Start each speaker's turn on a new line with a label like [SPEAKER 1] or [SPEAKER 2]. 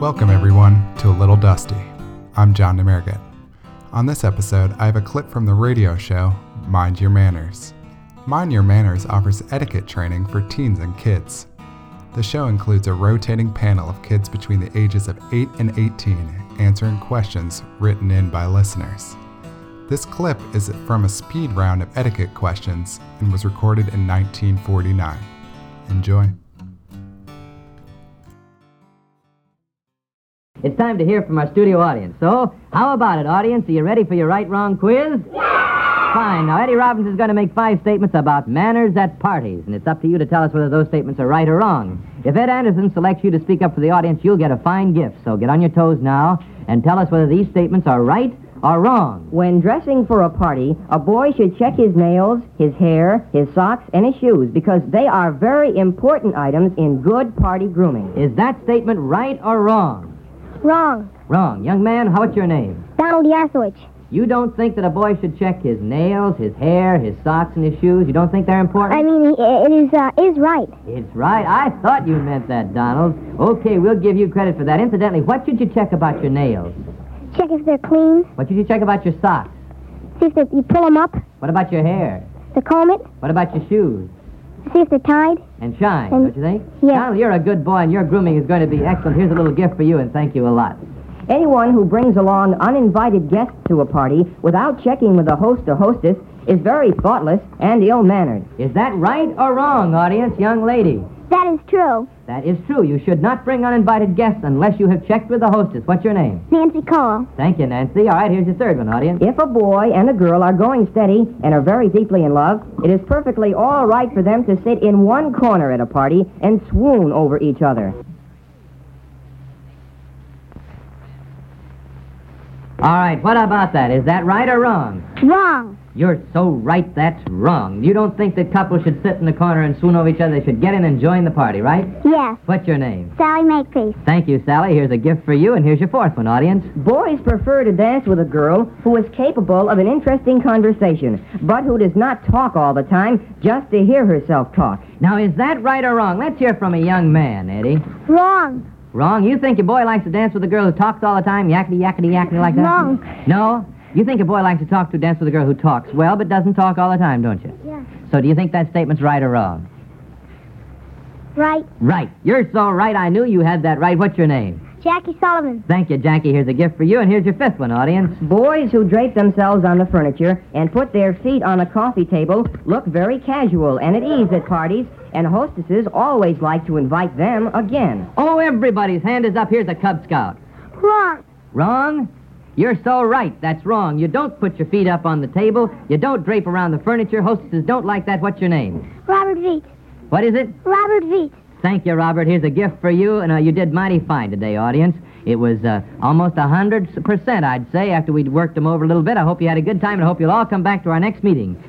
[SPEAKER 1] Welcome, everyone, to A Little Dusty. I'm John Demergit. On this episode, I have a clip from the radio show Mind Your Manners. Mind Your Manners offers etiquette training for teens and kids. The show includes a rotating panel of kids between the ages of 8 and 18 answering questions written in by listeners. This clip is from a speed round of etiquette questions and was recorded in 1949. Enjoy.
[SPEAKER 2] It's time to hear from our studio audience. So, how about it, audience? Are you ready for your right wrong quiz? Fine. Now, Eddie Robbins is going to make five statements about manners at parties, and it's up to you to tell us whether those statements are right or wrong. If Ed Anderson selects you to speak up for the audience, you'll get a fine gift. So, get on your toes now and tell us whether these statements are right or wrong.
[SPEAKER 3] When dressing for a party, a boy should check his nails, his hair, his socks, and his shoes because they are very important items in good party grooming.
[SPEAKER 2] Is that statement right or wrong?
[SPEAKER 4] Wrong.
[SPEAKER 2] Wrong. Young man, how what's your name?
[SPEAKER 4] Donald Yarsovich.
[SPEAKER 2] You don't think that a boy should check his nails, his hair, his socks, and his shoes? You don't think they're important?
[SPEAKER 4] I mean, it- it is uh, is right.
[SPEAKER 2] It's right. I thought you meant that, Donald. Okay, we'll give you credit for that. Incidentally, what should you check about your nails?
[SPEAKER 4] Check if they're clean.
[SPEAKER 2] What should you check about your socks?
[SPEAKER 4] See if they, you pull them up.
[SPEAKER 2] What about your hair?
[SPEAKER 4] To comb it.
[SPEAKER 2] What about your shoes?
[SPEAKER 4] See if they're tied.
[SPEAKER 2] And shine,
[SPEAKER 4] Um,
[SPEAKER 2] don't you think?
[SPEAKER 4] yeah.
[SPEAKER 2] Donald, you're a good boy, and your grooming is going to be excellent. Here's a little gift for you, and thank you a lot.
[SPEAKER 3] Anyone who brings along uninvited guests to a party without checking with the host or hostess is very thoughtless and ill-mannered.
[SPEAKER 2] Is that right or wrong, audience, young lady?
[SPEAKER 4] That is true.
[SPEAKER 2] That is true. You should not bring uninvited guests unless you have checked with the hostess. What's your name?
[SPEAKER 4] Nancy Cole.
[SPEAKER 2] Thank you, Nancy. All right, here's your third one, audience.
[SPEAKER 3] If a boy and a girl are going steady and are very deeply in love, it is perfectly all right for them to sit in one corner at a party and swoon over each other.
[SPEAKER 2] All right, what about that? Is that right or wrong?
[SPEAKER 4] Wrong.
[SPEAKER 2] You're so right, that's wrong. You don't think that couples should sit in the corner and swoon over each other. They should get in and join the party, right?
[SPEAKER 4] Yes.
[SPEAKER 2] What's your name?
[SPEAKER 4] Sally Makepeace.
[SPEAKER 2] Thank you, Sally. Here's a gift for you, and here's your fourth one, audience.
[SPEAKER 3] Boys prefer to dance with a girl who is capable of an interesting conversation, but who does not talk all the time just to hear herself talk.
[SPEAKER 2] Now, is that right or wrong? Let's hear from a young man, Eddie.
[SPEAKER 4] Wrong.
[SPEAKER 2] Wrong? You think your boy likes to dance with a girl who talks all the time, yakety, yakety, yakety, like that?
[SPEAKER 4] Wrong.
[SPEAKER 2] No? You think a boy likes to talk to dance with a girl who talks well but doesn't talk all the time, don't you?
[SPEAKER 4] Yes.
[SPEAKER 2] So do you think that statement's right or wrong?
[SPEAKER 4] Right.
[SPEAKER 2] Right. You're so right. I knew you had that right. What's your name?
[SPEAKER 4] Jackie Sullivan.
[SPEAKER 2] Thank you, Jackie. Here's a gift for you, and here's your fifth one, audience.
[SPEAKER 3] Boys who drape themselves on the furniture and put their feet on a coffee table look very casual and at ease at parties, and hostesses always like to invite them again.
[SPEAKER 2] Oh, everybody's hand is up. Here's a Cub Scout.
[SPEAKER 4] Wrong.
[SPEAKER 2] Wrong? You're so right. That's wrong. You don't put your feet up on the table. You don't drape around the furniture. Hostesses don't like that. What's your name?
[SPEAKER 4] Robert Veet.
[SPEAKER 2] What is it?
[SPEAKER 4] Robert Veet.
[SPEAKER 2] Thank you, Robert. Here's a gift for you. And uh, you did mighty fine today, audience. It was uh, almost 100%, I'd say, after we'd worked them over a little bit. I hope you had a good time, and I hope you'll all come back to our next meeting.